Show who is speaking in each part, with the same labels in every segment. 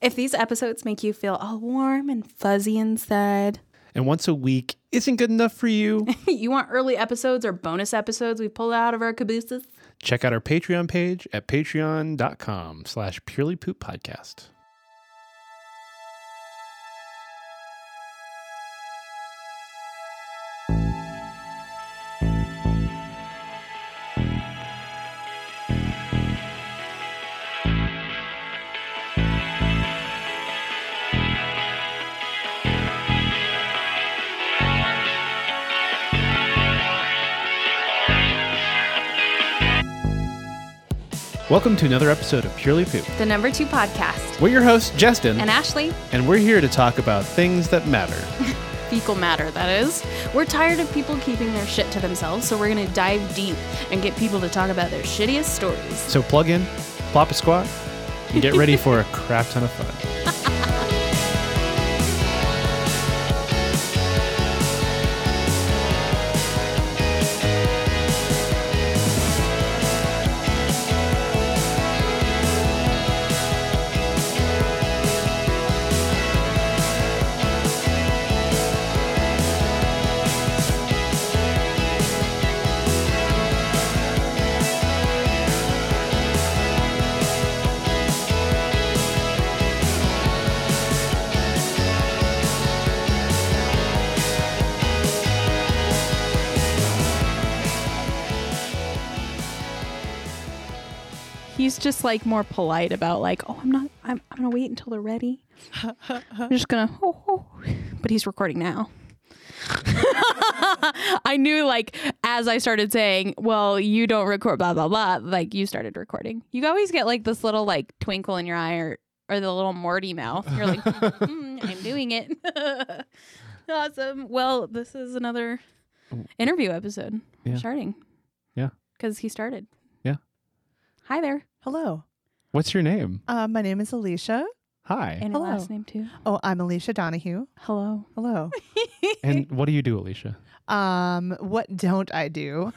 Speaker 1: If these episodes make you feel all warm and fuzzy inside,
Speaker 2: And once a week isn't good enough for you,
Speaker 1: you want early episodes or bonus episodes we pulled out of our cabooses?
Speaker 2: check out our Patreon page at patreon.com slash purely poop podcast. Welcome to another episode of Purely Poop.
Speaker 1: The number two podcast.
Speaker 2: We're your hosts, Justin,
Speaker 1: And Ashley,
Speaker 2: and we're here to talk about things that matter.
Speaker 1: fecal matter, that is. We're tired of people keeping their shit to themselves, so we're going to dive deep and get people to talk about their shittiest stories.
Speaker 2: So plug in, plop a squat, and get ready for a crap ton of fun.
Speaker 1: He's just like more polite about, like, oh, I'm not, I'm, I'm going to wait until they're ready. I'm just going to, oh, oh. but he's recording now. I knew, like, as I started saying, well, you don't record, blah, blah, blah, like, you started recording. You always get, like, this little, like, twinkle in your eye or, or the little Morty mouth. You're like, mm, I'm doing it. awesome. Well, this is another interview episode
Speaker 2: Yeah.
Speaker 1: starting.
Speaker 2: Yeah.
Speaker 1: Because he started.
Speaker 2: Yeah.
Speaker 1: Hi there.
Speaker 3: Hello.
Speaker 2: What's your name?
Speaker 3: Uh, my name is Alicia.
Speaker 2: Hi.
Speaker 1: And your
Speaker 3: Hello.
Speaker 1: last name, too.
Speaker 3: Oh, I'm Alicia Donahue.
Speaker 1: Hello.
Speaker 3: Hello.
Speaker 2: And what do you do, Alicia?
Speaker 3: um, what don't I do?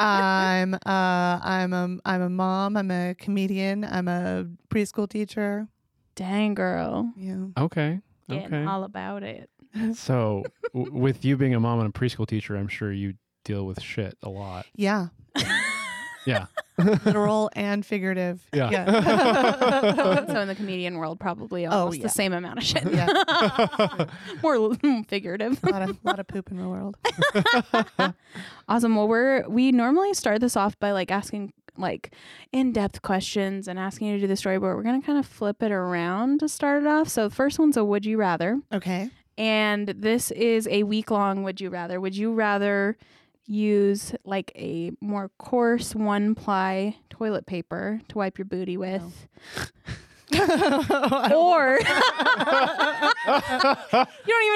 Speaker 3: I'm uh, I'm a I'm a mom. I'm a comedian. I'm a preschool teacher.
Speaker 1: Dang, girl.
Speaker 3: Yeah.
Speaker 2: Okay.
Speaker 1: Getting
Speaker 2: Okay.
Speaker 1: all about it.
Speaker 2: So, w- with you being a mom and a preschool teacher, I'm sure you deal with shit a lot.
Speaker 3: Yeah.
Speaker 2: Yeah.
Speaker 3: Literal and figurative.
Speaker 2: Yeah.
Speaker 1: so in the comedian world, probably almost
Speaker 3: Oh, yeah.
Speaker 1: the same amount of shit.
Speaker 3: Yeah.
Speaker 1: More figurative.
Speaker 3: a lot of lot of poop in the world.
Speaker 1: Awesome. Well, we're we normally start this off by like asking like in-depth questions and asking you to do the story, but we're gonna kind of flip it around to start it off. So the first one's a would you rather,
Speaker 3: Okay.
Speaker 1: and this is a week-long would you rather. Would you rather use like a more coarse one-ply toilet paper to wipe your booty with, or you don't even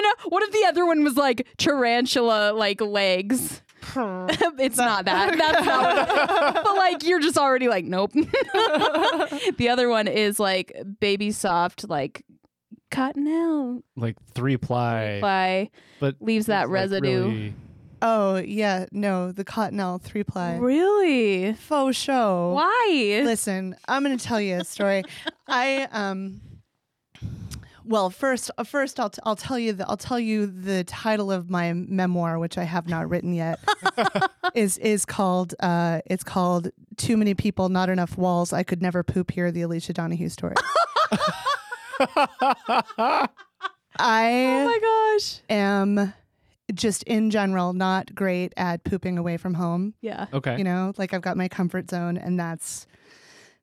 Speaker 1: know what if the other one was like tarantula like legs. it's not that. That's not. What, but like, you're just already like, nope. the other one is like baby soft, like cottonelle
Speaker 2: Like three ply.
Speaker 1: by
Speaker 2: But
Speaker 1: leaves that
Speaker 2: it's, like,
Speaker 1: residue.
Speaker 2: really-
Speaker 3: oh yeah. No, the cottonelle three ply.
Speaker 1: Really?
Speaker 3: Faux show.
Speaker 1: Why?
Speaker 3: Listen, I'm going to tell you a story. I um well, first uh, first I'll, t- I'll tell you the I'll tell you the title of my memoir which I have not written yet is is called uh it's called Too Many People Not Enough Walls I Could Never Poop Here the Alicia Donahue story.
Speaker 1: Oh
Speaker 3: I
Speaker 1: my gosh.
Speaker 3: am just in general not great at pooping away from home.
Speaker 1: Yeah.
Speaker 2: okay.
Speaker 3: you know like i've got my comfort zone and that's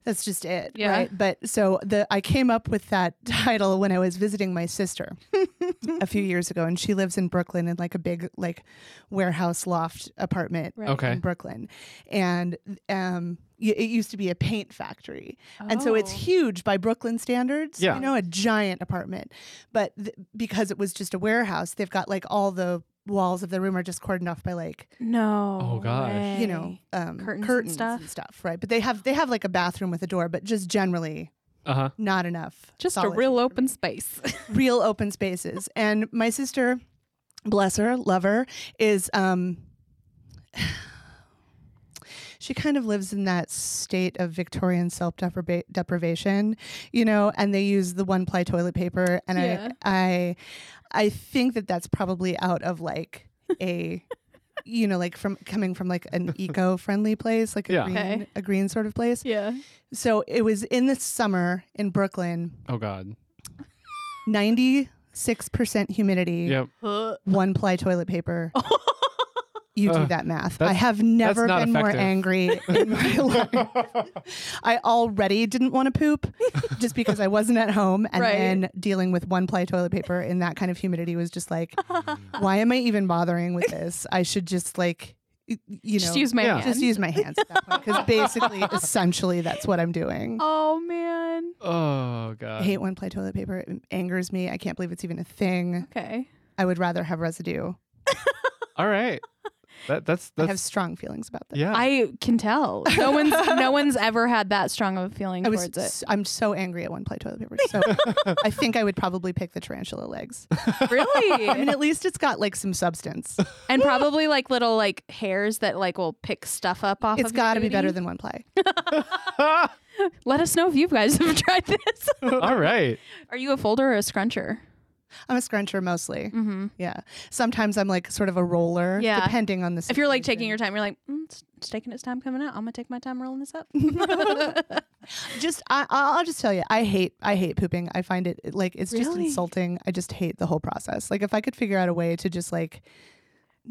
Speaker 3: that's just it
Speaker 1: Yeah.
Speaker 3: right but so the i came up with that title when i was visiting my sister a few years ago and she lives in brooklyn in like a big like warehouse loft apartment
Speaker 1: Right.
Speaker 2: okay.
Speaker 3: in brooklyn and um y- it used to be a paint factory and so it's
Speaker 1: Oh.
Speaker 3: huge by Brooklyn standards.
Speaker 2: Yeah.
Speaker 3: You know, a giant apartment. But th- because it was just a warehouse, they've got like all the walls of the room are just cordoned off by like
Speaker 1: No.
Speaker 2: Oh, gosh.
Speaker 3: you know um,
Speaker 1: Curtains and
Speaker 3: curtains, and, stuff. right but they have they have like a bathroom with a door but just generally
Speaker 2: Uh huh.
Speaker 3: not enough
Speaker 1: Just a
Speaker 3: solid-
Speaker 1: real open space.
Speaker 3: real open spaces and my sister bless her love her is um she kind of lives in that state of Victorian self deprivation, you know, and they use the one ply toilet paper. And
Speaker 1: Yeah.
Speaker 3: I, I, I think that that's probably out of like a, you know, like from coming from like an eco friendly place, like a,
Speaker 2: Yeah.
Speaker 3: green,
Speaker 1: Okay.
Speaker 3: a green sort of place.
Speaker 1: Yeah.
Speaker 3: So it was in the summer in Brooklyn,
Speaker 2: Oh God.
Speaker 3: 96% humidity,
Speaker 2: Yep.
Speaker 3: one ply toilet paper. You do
Speaker 2: Uh,
Speaker 3: that math. I
Speaker 2: that's-
Speaker 3: have never
Speaker 2: not
Speaker 3: been more
Speaker 2: effective.
Speaker 3: angry in my life. I already didn't want to poop just because I wasn't at home. And
Speaker 1: Right.
Speaker 3: then dealing with one ply toilet paper in that kind of humidity was just like, why am I even bothering with this? I should just like, y- you know,
Speaker 1: Just use my
Speaker 2: Yeah.
Speaker 1: hand.
Speaker 3: just use my hands at that point. Because basically, essentially, that's what I'm doing.
Speaker 2: Uh.
Speaker 1: oh man.
Speaker 2: Oh God.
Speaker 3: I hate one ply toilet paper. It angers me. I can't believe it's even a thing.
Speaker 1: Okay.
Speaker 3: I would rather have residue.
Speaker 2: All right. That that's
Speaker 3: I have
Speaker 2: that's
Speaker 3: strong feelings about that.
Speaker 2: yeah.
Speaker 1: I can tell. No one's no one's ever had that strong of a feeling
Speaker 3: I was
Speaker 1: towards it.
Speaker 3: s- I'm so angry at one play toilet paper. So I think I would probably pick the tarantula legs. I mean,
Speaker 1: Really?
Speaker 3: at least it's got like some substance.
Speaker 1: and probably like little like hairs that like will pick stuff up off.
Speaker 3: It's
Speaker 1: of
Speaker 3: got to
Speaker 1: your
Speaker 3: be better
Speaker 1: booty.
Speaker 3: than one ply.
Speaker 1: Let us know if you guys have tried this.
Speaker 2: All right.
Speaker 1: Are you a folder or a scruncher?
Speaker 3: I'm a scruncher mostly.
Speaker 1: Mm-hmm.
Speaker 3: Yeah. Sometimes I'm like sort of a roller,
Speaker 1: Yeah.
Speaker 3: depending on the. Situation.
Speaker 1: If you're like taking your time, you're like, mm, it's, it's taking its time coming out. I'm gonna take my time rolling this up.
Speaker 3: just I, I'll I'll just tell you, I hate I hate pooping. I find it it, like it's just
Speaker 1: Really?
Speaker 3: insulting. I just hate the whole process. Like if I could figure out a way to just like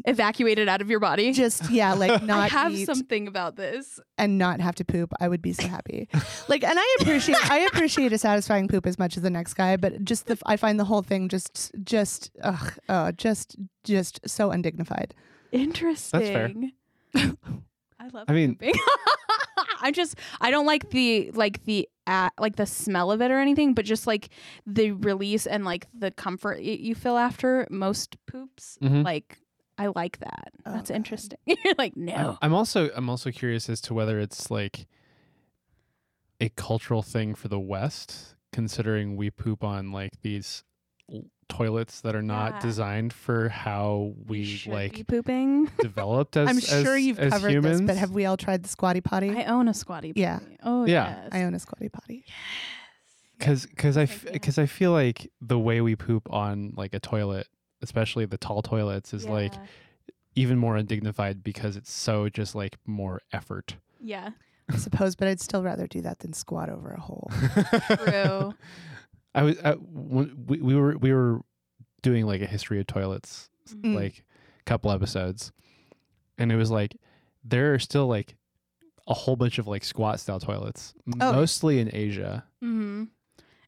Speaker 1: Evacuate it out of your body.
Speaker 3: just yeah like
Speaker 1: I
Speaker 3: not
Speaker 1: have
Speaker 3: eat
Speaker 1: something about this.
Speaker 3: and not have to poop, I would be so happy. like, and I appreciate I appreciate a satisfying poop as much as the next guy, but just the I find the whole thing just just ugh, oh, just just so undignified.
Speaker 1: Interesting.
Speaker 2: fair.
Speaker 1: I love.
Speaker 2: I mean-
Speaker 1: pooping. I just I don't like the like the uh, like the smell of it or anything, but just like the release and like the comfort y- you feel after most poops.
Speaker 2: Mhm.
Speaker 1: Like I like that.
Speaker 3: Oh,
Speaker 1: That's
Speaker 3: God.
Speaker 1: interesting. You're like no.
Speaker 2: I'm also I'm also curious as to whether it's like a cultural thing for the West, considering we poop on like these l- toilets that are not
Speaker 1: Yeah.
Speaker 2: designed for how
Speaker 1: You
Speaker 2: we
Speaker 1: should be
Speaker 2: like
Speaker 1: pooping.
Speaker 2: developed as
Speaker 3: I'm sure
Speaker 2: as-
Speaker 3: you've
Speaker 2: as
Speaker 3: covered
Speaker 2: humans.
Speaker 3: this, but have we all tried the squatty potty?
Speaker 1: I own a squatty.
Speaker 3: Yeah.
Speaker 1: potty. Oh
Speaker 2: Yeah.
Speaker 1: yes.
Speaker 3: I own a squatty potty.
Speaker 2: because because I
Speaker 1: Like, yeah.
Speaker 2: because I feel like the way we poop on like a toilet, especially the tall toilets, is like
Speaker 1: Yeah.
Speaker 2: even more undignified because it's so just like more effort.
Speaker 1: yeah.
Speaker 3: I suppose, but I'd still rather do that than squat over a hole.
Speaker 1: True.
Speaker 2: I was I, when we, we were we were doing like a history of toilets
Speaker 1: Mm-hmm.
Speaker 3: Mm.
Speaker 2: like couple episodes, and it was like there are still like a whole bunch of like squat style toilets,
Speaker 3: yeah.
Speaker 1: Oh.
Speaker 2: mostly in Asia.
Speaker 1: Mm-hmm.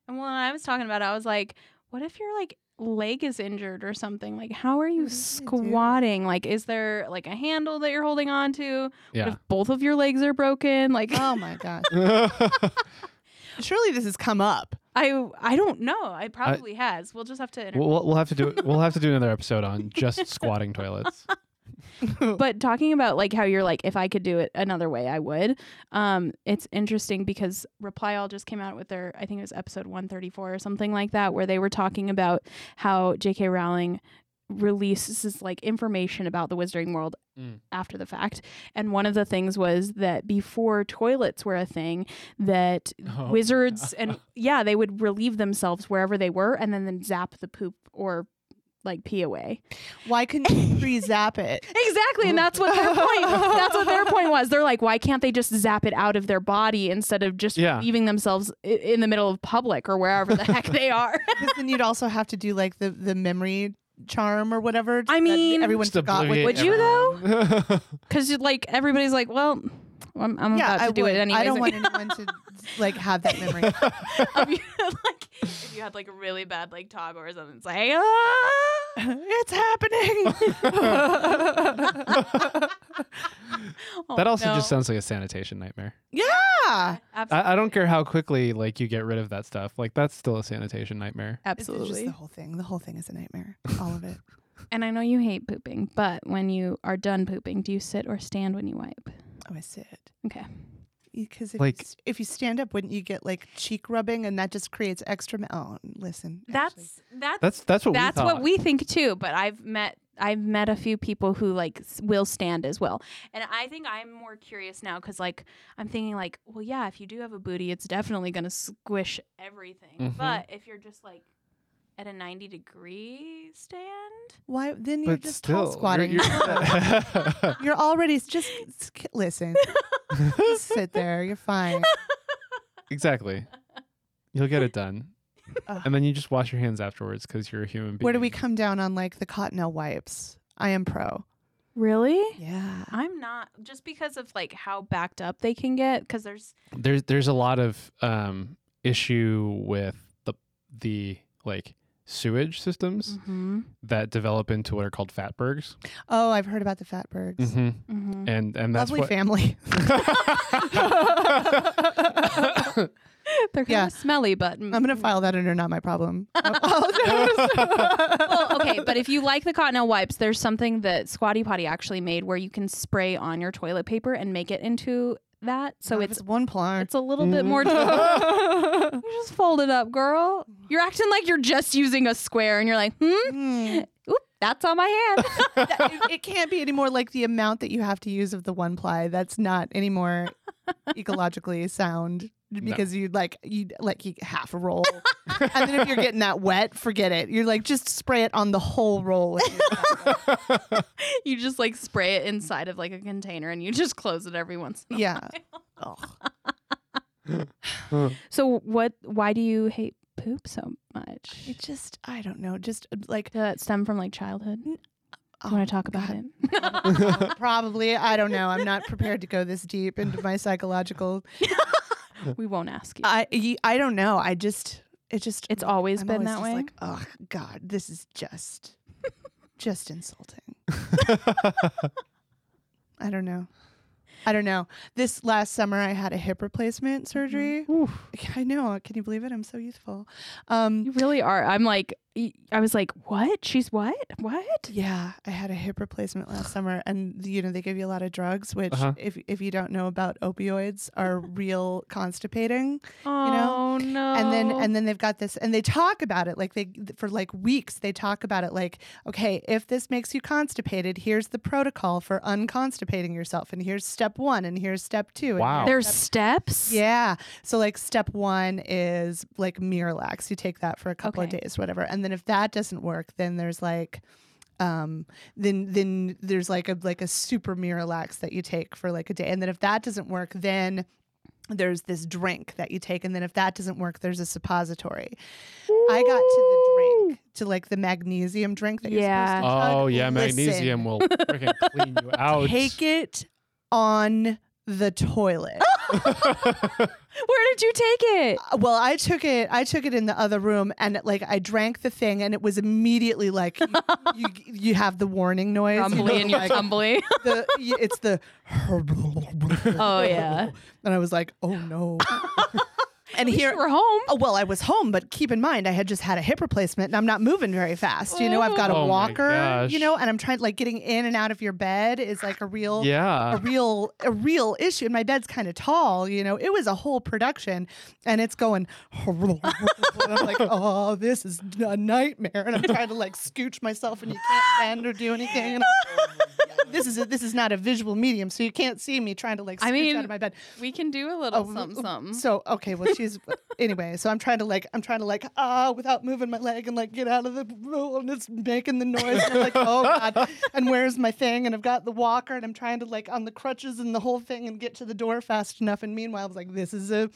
Speaker 1: And when I was talking about it, I was like, what if your like leg is injured or something? Like, how are you
Speaker 3: What are you gonna do?
Speaker 1: squatting? Like, is there like a handle that you're holding on to? What
Speaker 2: Yeah.
Speaker 1: if both of your legs are broken? Like,
Speaker 3: oh my gosh!
Speaker 2: well,
Speaker 3: Surely this has come up.
Speaker 1: I I don't know. It probably has. We'll just have to. Inter-
Speaker 2: we'll we'll have to do we'll have to do another episode on just squatting toilets.
Speaker 1: but talking about like how you're like, if I could do it another way, I would. Um, it's interesting because Reply All just came out with their, I think it was episode 134 or something like that, where they were talking about how J.K. Rowling releases like information about the Wizarding World
Speaker 2: Mm.
Speaker 1: after the fact. And one of the things was that before toilets were a thing, that
Speaker 2: Oh.
Speaker 1: wizards and yeah, they would relieve themselves wherever they were and then, then zap the poop or like pee away.
Speaker 3: Why couldn't you pre-zap it?
Speaker 1: Exactly, and that's what their point. That's what their point was. They're like, why can't they just zap it out of their body instead of just
Speaker 2: Yeah.
Speaker 1: leaving themselves i- in the middle of public or wherever the heck they are?
Speaker 3: Because then you'd also have to do like the the memory charm or whatever.
Speaker 1: I
Speaker 3: that
Speaker 1: mean-
Speaker 3: everyone forgot what
Speaker 1: Would you,
Speaker 3: Oh.
Speaker 2: though?
Speaker 1: Because like everybody's like, well, I'm, I'm about to do
Speaker 3: would.
Speaker 1: it anyway.
Speaker 3: I don't want anyone to like have that memory.
Speaker 1: like if you had like a really bad like toddler or something, it's like ah!
Speaker 3: it's happening.
Speaker 1: Oh,
Speaker 2: that also just sounds like a sanitation nightmare.
Speaker 3: yeah,
Speaker 2: I, I don't care how quickly like you get rid of that stuff. Like that's still a sanitation nightmare.
Speaker 3: It's just
Speaker 1: absolutely.
Speaker 3: the whole thing. The whole thing is a nightmare. All of it.
Speaker 1: And I know you hate pooping, but when you are done pooping, do you sit or stand when you wipe?
Speaker 3: Oh, I sit.
Speaker 1: Okay.
Speaker 3: Because if,
Speaker 2: Like-
Speaker 3: you, s- if you stand up, wouldn't you get like cheek rubbing, and that just creates extra? Ma- oh, listen, actually.
Speaker 1: that's
Speaker 2: That's that's what
Speaker 1: that's
Speaker 2: we thought.
Speaker 1: what we think too but i've met I've met a few people who like s- will stand as well. And I think I'm more curious now cuz like I'm thinking like, well yeah, if you do have a booty, it's definitely going to squish everything.
Speaker 2: Mhm.
Speaker 1: But if you're just like at a 90 degree stand,
Speaker 3: Why? Then you're
Speaker 2: but
Speaker 3: just
Speaker 2: still
Speaker 3: tall squatting.
Speaker 2: You're,
Speaker 3: You're,
Speaker 2: you're-
Speaker 3: already just s- k- listen. Just sit there. You're fine.
Speaker 2: exactly. You'll get it done,
Speaker 3: Ugh.
Speaker 2: and then you just wash your hands afterwards because you're a human being.
Speaker 3: Where do we come down on like the Cottonelle wipes? I am pro.
Speaker 1: really?
Speaker 3: Yeah.
Speaker 1: I'm not just because of like how backed up they can get cuz there's
Speaker 2: there's there's a lot of um issue with the the like sewage systems
Speaker 3: Mm. Mm-hmm.
Speaker 2: that develop into what are called fatbergs.
Speaker 3: Oh, I've heard about the Fatbergs.
Speaker 2: Mm-hmm.
Speaker 1: Mhm.
Speaker 2: And and that's
Speaker 3: Lovely
Speaker 2: what
Speaker 3: family.
Speaker 1: They're kind
Speaker 3: Yeah.
Speaker 1: of smelly, but
Speaker 3: I'm gonna file that under not my problem. well,
Speaker 1: well, okay, but if you like the Cottonelle wipes, there's something that Squatty Potty actually made where you can spray on your toilet paper and make it into that. So it's
Speaker 3: one plant.
Speaker 1: it's a little bit more.
Speaker 3: Mm.
Speaker 1: you just fold it up, girl. You're acting like you're just using a square, and you're like, hmm, oop, that's on my hand.
Speaker 3: That- it, it can't be anymore like the amount that you have to use of the one ply. That's not any more ecologically sound because you'd like you'd like eat half a roll. and then if you're getting that wet, forget it. You're like just spray it on the whole roll. if you're-
Speaker 1: you just like spray it inside of like a container, and you just close it every once. in a
Speaker 3: yeah. Ugh.
Speaker 1: while. So what? Why do you hate poop so much?
Speaker 3: It just I don't know. Just uh, like
Speaker 1: Does that stem from like childhood? Do
Speaker 3: oh,
Speaker 1: you want to talk about
Speaker 3: God.
Speaker 1: it?
Speaker 3: Probably. I don't know. I'm not prepared to go this deep into my psychological.
Speaker 1: we won't ask you.
Speaker 3: I y- I don't know. I just it just
Speaker 1: It's always
Speaker 3: I'm
Speaker 1: been
Speaker 3: always
Speaker 1: that
Speaker 3: just
Speaker 1: way?
Speaker 3: Like, oh God, this is just just insulting. I don't know. I don't know. This last summer, I had a hip replacement
Speaker 1: Mm-hmm.
Speaker 3: surgery. I know. Can you believe it? I'm so youthful. Um,
Speaker 1: You really are. I'm like, y- I was like, what? She's what? What?
Speaker 3: Yeah, I had a hip replacement last summer, and you know they give you a lot of drugs, which
Speaker 2: Uh-huh.
Speaker 3: if if you don't know about opioids, are real constipating.
Speaker 1: Oh no.
Speaker 3: And then and then they've got this, and they talk about it like they for like weeks. They talk about it like, okay, if this makes you constipated, here's the protocol for unconstipating yourself, and here's step one, and here's step two. and
Speaker 2: Wow.
Speaker 3: here's
Speaker 1: there's
Speaker 3: step-
Speaker 1: steps.
Speaker 3: yeah. So like step one is like Miralax. You take that for a couple
Speaker 1: Okay.
Speaker 3: of days, whatever. And then if that doesn't work, then there's like um then then there's like a like a super Miralax that you take for like a day. And then if that doesn't work, then there's this drink that you take. And then if that doesn't work, there's a suppository. I got to the drink, to like the magnesium drink that
Speaker 1: Yeah.
Speaker 3: you're supposed to
Speaker 2: oh
Speaker 3: tug.
Speaker 2: yeah,
Speaker 3: Listen,
Speaker 2: magnesium Oh, will freaking clean you out.
Speaker 3: Take it on the toilet.
Speaker 1: Where did you take it?
Speaker 3: Uh, well i took it i took it in the other room and like i drank the thing and it was immediately like you, you, you have the warning noise you know,
Speaker 1: Rumbly and your
Speaker 3: like
Speaker 1: tumbly.
Speaker 3: the, y- it's the
Speaker 1: Oh yeah.
Speaker 3: and i was like oh no and
Speaker 1: Here
Speaker 3: here
Speaker 1: we're home.
Speaker 3: oh, well i was home but keep in mind i had just had a hip replacement and i'm not moving very fast you know i've got a
Speaker 2: Oh my
Speaker 3: walker
Speaker 2: gosh.
Speaker 3: you know and i'm trying like getting in and out of your bed is like a real a
Speaker 2: yeah.
Speaker 3: real a real issue and my bed's kind of tall you know it was a whole production and it's going and i'm like oh this is a nightmare and i'm trying to like scooch myself and you can't bend or do anything and I'm- this is a, this is not a visual medium so you can't see me trying to like scooch
Speaker 1: I mean,
Speaker 3: out of my bed
Speaker 1: We can do a little
Speaker 3: Oh,
Speaker 1: something. something.
Speaker 3: so okay well she's anyway so i'm trying to like i'm trying to like ah without moving my leg and like get out of the room and it's making the noise and i'm like oh god and where's my thing and i've got the walker and i'm trying to like on the crutches and the whole thing and get to the door fast enough and meanwhile i was like this is a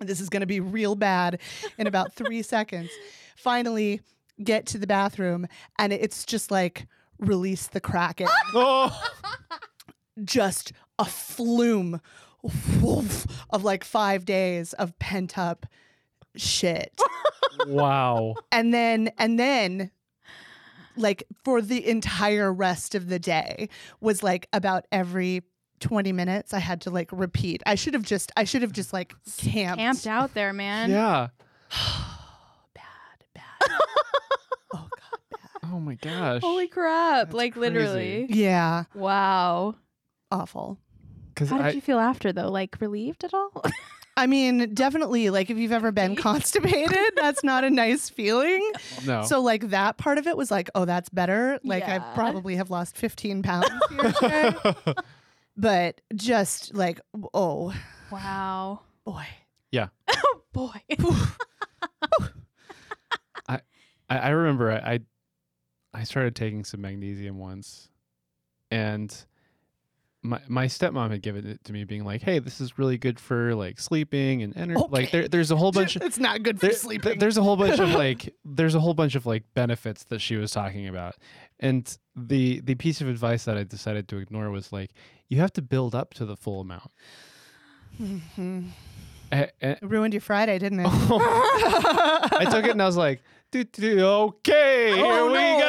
Speaker 3: this is going to be real bad in about three seconds finally get to the bathroom and it's just like release the kraken
Speaker 2: Oh,
Speaker 3: just a flume of like five days of pent up shit.
Speaker 2: wow.
Speaker 3: and then, and then, like for the entire rest of the day, was like about every 20 minutes, I had to like repeat. I should have just, I should have just like camped.
Speaker 1: Camped out there, man.
Speaker 2: Yeah.
Speaker 3: Bad, bad. oh, God.
Speaker 2: Oh my gosh.
Speaker 1: Holy crap.
Speaker 2: That's
Speaker 1: like
Speaker 2: crazy.
Speaker 1: literally.
Speaker 3: Yeah.
Speaker 1: Wow.
Speaker 3: Awful.
Speaker 2: Because
Speaker 1: How did
Speaker 2: I
Speaker 1: you feel after though? Like relieved at all?
Speaker 3: I mean, definitely, like if you've ever been constipated, that's not a nice feeling.
Speaker 2: No.
Speaker 3: So, like, that part of it was like, oh, that's better. Like,
Speaker 1: Yeah.
Speaker 3: I probably have lost 15 pounds here today. but just like, oh,
Speaker 1: Wow.
Speaker 3: boy.
Speaker 1: Oh boy.
Speaker 2: I, I remember I, I I started taking some magnesium once, and my my stepmom had given it to me, being like, "Hey, this is really good for like sleeping and energy. Like
Speaker 3: Okay.
Speaker 2: there there's a whole bunch of
Speaker 3: it's not good for
Speaker 2: there, th-
Speaker 3: sleeping.
Speaker 2: there's a whole bunch of like there's a whole bunch of like benefits that she was talking about, and the the piece of advice that I decided to ignore was like you have to build up to the full amount.
Speaker 3: Mhm.
Speaker 2: A- a-
Speaker 3: It ruined your Friday, didn't it?
Speaker 2: Oh. I took it and I was like, "Doo, doo, doo, okay, here
Speaker 3: Oh,
Speaker 2: we
Speaker 3: no.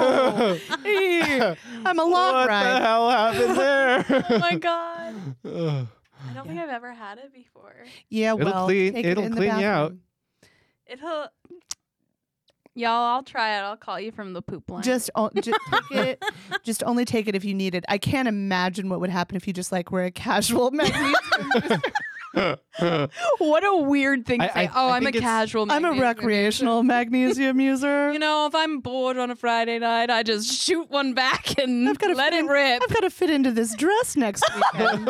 Speaker 3: Oh.
Speaker 2: go.
Speaker 3: Ew. I'm a long
Speaker 2: what the
Speaker 3: ride.
Speaker 2: hell happened
Speaker 1: oh
Speaker 2: there?
Speaker 1: my god.
Speaker 2: Ugh.
Speaker 1: I don't think I've ever had it before.
Speaker 3: Yeah,
Speaker 2: It'll
Speaker 3: well,
Speaker 2: clean-
Speaker 3: take it
Speaker 2: it'll
Speaker 3: in the
Speaker 2: clean you out.
Speaker 3: bathroom.
Speaker 1: It'll. Y'all, I'll try it. I'll call you from the poop line.
Speaker 3: Just, o- ju- take it, just only take it if you need it. I can't imagine what would happen if you just like were a casual magnesium.
Speaker 1: what a weird thing to say.
Speaker 2: I- I-
Speaker 1: oh,
Speaker 2: I
Speaker 1: I'm a
Speaker 2: think it's-
Speaker 1: casual.
Speaker 3: I'm a
Speaker 1: magnesium
Speaker 3: recreational magnesium
Speaker 1: user.
Speaker 3: user.
Speaker 1: You know, if I'm bored on a Friday night, I just shoot one back and
Speaker 3: I've gotta
Speaker 1: let it
Speaker 3: find-
Speaker 1: rip.
Speaker 3: I've got to fit into this dress next weekend.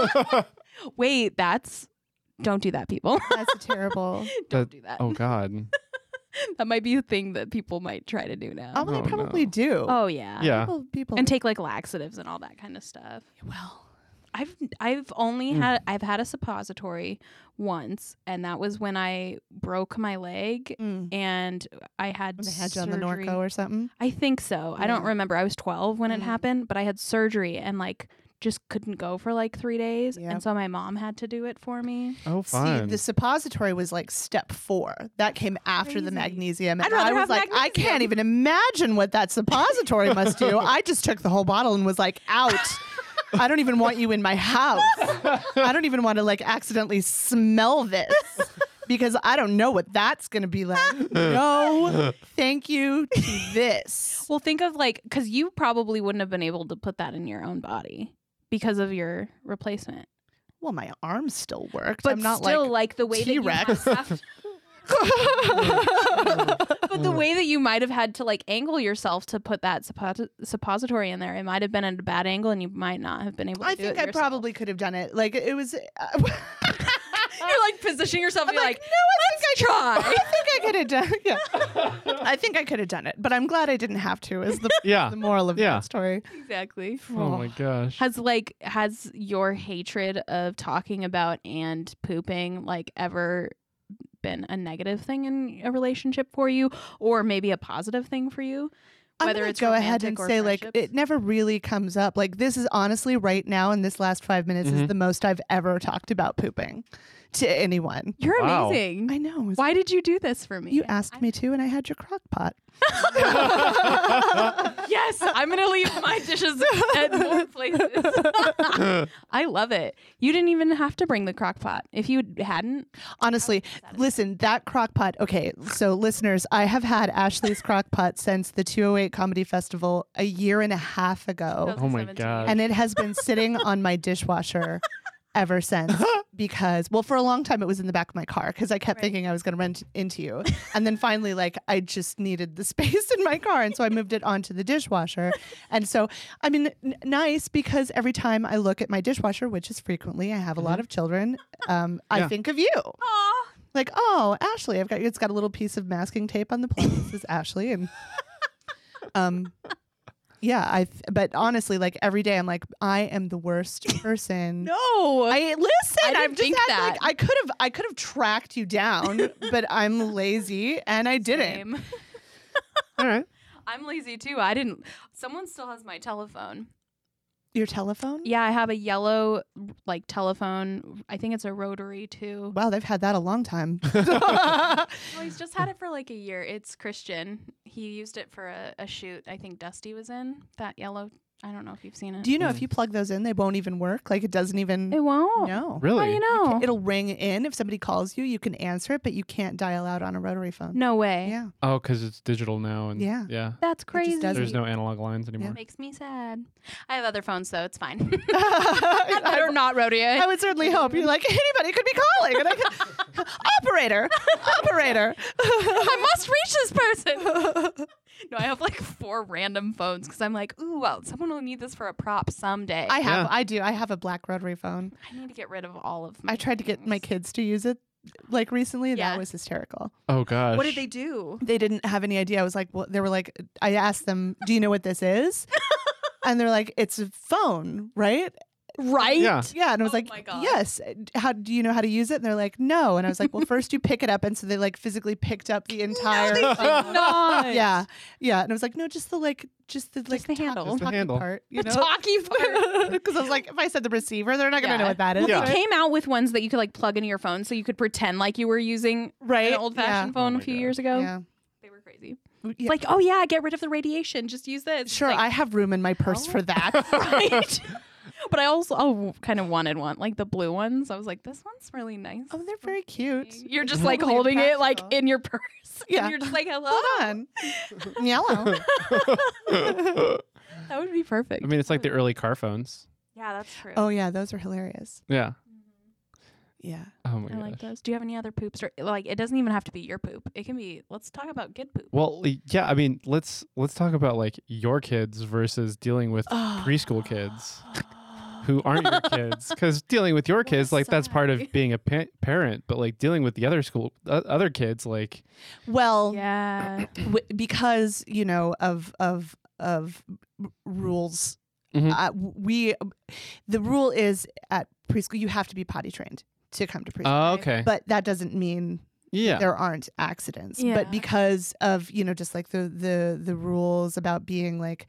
Speaker 1: Wait, that's don't do that, people.
Speaker 3: That's terrible.
Speaker 1: don't do that.
Speaker 2: oh God.
Speaker 1: That might be a thing that people might try to do now.
Speaker 3: Oh, well,
Speaker 2: Oh,
Speaker 3: they probably
Speaker 2: no.
Speaker 3: do.
Speaker 1: oh yeah.
Speaker 2: Yeah.
Speaker 3: People, people.
Speaker 1: And take like laxatives and all that kind of stuff.
Speaker 3: well,
Speaker 1: I've I've only
Speaker 2: Mm.
Speaker 1: had I've had a suppository once, and that was when I broke my leg
Speaker 3: mm.
Speaker 1: and I had
Speaker 3: When they had you on the
Speaker 1: surgery.
Speaker 3: Norco or something.
Speaker 1: I think so. I don't
Speaker 3: Yeah.
Speaker 1: remember. I was 12 when it
Speaker 3: Mm.
Speaker 1: happened, but I had surgery and like just couldn't go for like 3 days,
Speaker 3: Yep.
Speaker 1: and so my mom had to do it for me.
Speaker 2: Oh,
Speaker 3: See,
Speaker 2: fine.
Speaker 3: the suppository was like step four. That came after the
Speaker 1: Crazy.
Speaker 3: magnesium.
Speaker 1: I'd
Speaker 3: And
Speaker 1: rather
Speaker 3: I
Speaker 1: have
Speaker 3: was like, I can't
Speaker 1: magnesium.
Speaker 3: even imagine what that suppository must do. I just took the whole bottle and was like, out. I don't even want you in my house. I don't even want to like accidentally smell this because I don't know what that's going to be like. No, thank you to this.
Speaker 1: Well, think of like cuz you probably wouldn't have been able to put that in your own body because of your replacement.
Speaker 3: Well, my arm still worked.
Speaker 1: But
Speaker 3: I'm not
Speaker 1: still
Speaker 3: like.
Speaker 1: like, the way
Speaker 3: T-Rex.
Speaker 1: that you have But the way that you might have had to like angle yourself to put that suppo- suppository in there, it might have been at a bad angle, and you might not have been able. to
Speaker 3: I
Speaker 1: do
Speaker 3: think
Speaker 1: it
Speaker 3: I
Speaker 1: yourself.
Speaker 3: probably could have done it. Like it was.
Speaker 1: You're like positioning yourself.
Speaker 3: I'm
Speaker 1: You're like,
Speaker 3: like, no, I
Speaker 1: try.
Speaker 3: think I, I think I could have done. Yeah, I think I could have done it, but I'm glad I didn't have to. Is the,
Speaker 2: yeah.
Speaker 3: the moral of
Speaker 2: Yeah.
Speaker 3: that story?
Speaker 1: exactly.
Speaker 2: Oh my gosh.
Speaker 1: Has like has your hatred of talking about and pooping like ever been a negative thing in a relationship for you, or maybe a positive thing for you?
Speaker 3: I'm
Speaker 1: Whether
Speaker 3: gonna
Speaker 1: it's
Speaker 3: go ahead
Speaker 1: romantic
Speaker 3: and
Speaker 1: or
Speaker 3: say like
Speaker 1: friendships?
Speaker 3: it never really comes up. Like this is honestly right now in this last five minutes
Speaker 2: Mhm.
Speaker 3: is the most I've ever talked about pooping to anyone.
Speaker 1: You're
Speaker 2: Wow.
Speaker 1: amazing.
Speaker 3: I know. it was-
Speaker 1: Why did you do this for me?
Speaker 3: you asked me to, and I had your crock pot.
Speaker 1: Yes, I'm gonna leave my dishes at more places. I love it. You didn't even have to bring the crock pot. If you hadn't,
Speaker 3: Honestly, listen, that crock pot. Okay, so listeners, I have had Ashley's crock pot since the 208 Comedy Festival a year and a half ago,
Speaker 2: Oh my
Speaker 1: 2017.
Speaker 2: God.
Speaker 3: and it has been sitting on my dishwasher ever since because well for a long time it was in the back of my car because i kept
Speaker 1: Right.
Speaker 3: thinking i was going to run t- into you and then finally like i just needed the space in my car and so i moved it onto the dishwasher and so i mean n- nice because every time i look at my dishwasher which is frequently i have a lot of children um,
Speaker 2: Yeah.
Speaker 3: i think of you
Speaker 1: Aw.
Speaker 3: like, oh, Ashley, I've got it's got a little piece of masking tape on the plate. this is Ashley, and um, yeah, I. But honestly, like every day, I'm like, I am the worst person.
Speaker 1: No.
Speaker 3: I listen.
Speaker 1: I didn't
Speaker 3: I've just
Speaker 1: think
Speaker 3: had
Speaker 1: that.
Speaker 3: like I could have I could have tracked you down, but I'm lazy and I didn't.
Speaker 1: Same.
Speaker 2: All right.
Speaker 1: I'm lazy too. I didn't. Someone still has my telephone.
Speaker 3: Your telephone?
Speaker 1: Yeah, I have a yellow like telephone. I think it's a rotary too.
Speaker 3: Wow, they've had that a long time.
Speaker 1: Well, he's just had it for like a year. It's Christian. He used it for a, a shoot. I think Dusty was in that yellow I don't know if you've seen it.
Speaker 3: Do you know
Speaker 2: Mm.
Speaker 3: if you plug those in, they won't even work? Like it doesn't even.
Speaker 1: it won't.
Speaker 3: No.
Speaker 1: How
Speaker 2: Really?
Speaker 1: do you know?
Speaker 3: It'll ring in. If somebody calls you, you can answer it, but you can't dial out on a rotary phone.
Speaker 1: no way.
Speaker 3: Yeah.
Speaker 2: Oh, because it's digital now, and
Speaker 3: Yeah.
Speaker 2: yeah.
Speaker 1: That's crazy.
Speaker 3: doesn't.
Speaker 2: There's no analog lines anymore.
Speaker 1: Makes me sad. I have other phones though. It's fine. I better
Speaker 3: I,
Speaker 1: not rodeo.
Speaker 3: I would certainly hope you're like anybody could be calling. And I could, operator, operator.
Speaker 1: I must reach this person. no, I have like four random phones because I'm like, ooh, well, someone will need this for a prop someday.
Speaker 3: I
Speaker 1: I,
Speaker 3: have,
Speaker 2: Yeah.
Speaker 3: I do, I have a black rotary phone.
Speaker 1: need to get rid of all of. My
Speaker 3: I tried to get my
Speaker 1: things.
Speaker 3: kids to use it, like recently. and
Speaker 1: Yeah.
Speaker 3: That was hysterical.
Speaker 2: Oh gosh.
Speaker 1: What did they do?
Speaker 3: They didn't have any idea. I was like, well, they were like, I asked them, do you know what this is? and they're like, it's a phone, right?
Speaker 1: Right.
Speaker 2: Yeah.
Speaker 3: Yeah, and I was
Speaker 1: Oh
Speaker 3: like,
Speaker 1: my God.
Speaker 3: "Yes, eh, how do you know how to use it?" And they're like, "No." And I was like, "Well, first you pick it up." And so they like physically picked up the entire
Speaker 1: they
Speaker 3: phone.
Speaker 1: Not.
Speaker 3: Yeah. Yeah, and I was like, "No, just the like just the like
Speaker 1: the
Speaker 3: talk-
Speaker 1: handle.
Speaker 2: Just the
Speaker 3: talking
Speaker 2: handle.
Speaker 3: part, you
Speaker 1: The
Speaker 3: know?"
Speaker 1: talky part.
Speaker 3: Because I was like, if I said the receiver, they're not going to know
Speaker 1: Yeah.
Speaker 3: what that is.
Speaker 1: Well,
Speaker 2: Yeah.
Speaker 1: they came out with ones that you could like plug into your phone, so you could pretend like you were using
Speaker 3: right?
Speaker 1: an old-fashioned
Speaker 2: Oh
Speaker 1: phone
Speaker 2: my
Speaker 1: a few
Speaker 2: God.
Speaker 1: years
Speaker 3: Yeah.
Speaker 1: ago.
Speaker 3: yeah.
Speaker 1: They were crazy.
Speaker 3: Yeah.
Speaker 1: Like, oh yeah, get rid of the radiation. Just use this. It's
Speaker 3: sure,
Speaker 1: like, oh.
Speaker 3: I have room in my purse
Speaker 1: how?
Speaker 3: for that.
Speaker 1: right? but I also oh, kind of wanted one, like the blue ones. I was like, this one's really nice.
Speaker 3: oh, they're very cute.
Speaker 1: You're just like
Speaker 3: Totally
Speaker 1: holding it like
Speaker 3: impractical.
Speaker 1: in your purse. And
Speaker 3: Yeah.
Speaker 1: you're just like, hello.
Speaker 3: Hold on. Yellow.
Speaker 1: That would be perfect.
Speaker 2: I mean, it's like the early car phones.
Speaker 1: yeah, that's true.
Speaker 3: Oh yeah, those are hilarious.
Speaker 2: Yeah.
Speaker 3: Yeah.
Speaker 2: Oh my
Speaker 1: I like
Speaker 2: gosh.
Speaker 1: those. Do you have any other poops? Or like, it doesn't even have to be your poop. It can be. Let's talk about good poop.
Speaker 2: Well, y- yeah. I mean, let's let's talk about like your kids versus dealing with
Speaker 1: Ah.
Speaker 2: preschool kids who aren't your kids. Because dealing with your kids, like that's part of
Speaker 1: aside.
Speaker 2: being a pa- parent. But like dealing with the other school, uh, other kids, like
Speaker 3: Well,
Speaker 1: Yeah.
Speaker 3: w- because you know of of of r- rules
Speaker 2: Mhm.
Speaker 3: uh, we the rule is at preschool you have to be potty trained to come to preschool
Speaker 2: oh,
Speaker 1: Right.
Speaker 2: okay,
Speaker 3: but that doesn't mean
Speaker 2: yeah,
Speaker 3: there aren't accidents
Speaker 1: Yeah.
Speaker 3: but because of you know just like the the the rules about being like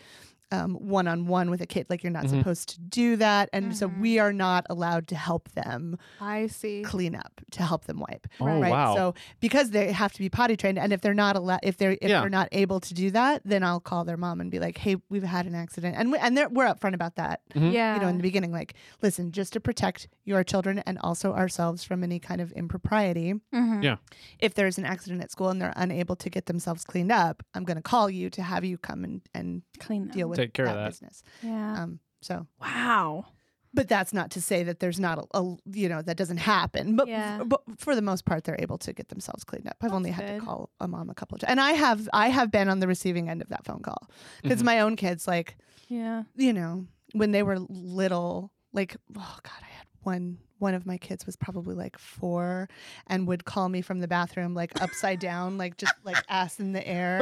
Speaker 3: um, one-on-one with a kid like you're not
Speaker 2: Mhm.
Speaker 3: supposed to do that and so
Speaker 1: Mhm.
Speaker 3: we are not allowed to help them
Speaker 1: I see.
Speaker 3: clean up to help them wipe
Speaker 2: oh
Speaker 3: right
Speaker 2: wow,
Speaker 3: so because they have to be potty trained and if they're not allowed if they're if
Speaker 2: Yeah.
Speaker 3: they're not able to do that then i'll call their mom and be like hey we've had an accident and we, and they're, we're upfront about that
Speaker 2: Mhm.
Speaker 1: Yeah.
Speaker 3: you know in the beginning like listen just to protect your children and also ourselves from any kind of impropriety
Speaker 1: Mhm.
Speaker 2: Yeah.
Speaker 3: if there's an accident at school and they're unable to get themselves cleaned up i'm going to call you to have you come and and
Speaker 1: Clean them.
Speaker 3: deal with
Speaker 2: Take care of that.
Speaker 3: business
Speaker 1: Yeah.
Speaker 3: um so
Speaker 1: Wow.
Speaker 3: but that's not to say that there's not a, a you know that doesn't happen but,
Speaker 1: Yeah.
Speaker 3: but for the most part they're able to get themselves cleaned up i've
Speaker 1: That's
Speaker 3: only had
Speaker 1: good.
Speaker 3: to call a mom a couple of times and i have i have been on the receiving end of that phone call because
Speaker 2: Mhm.
Speaker 3: my own kids like
Speaker 1: Yeah.
Speaker 3: you know when they were little like oh god i had one one of my kids was probably like four and would call me from the bathroom like upside down like just like ass in the air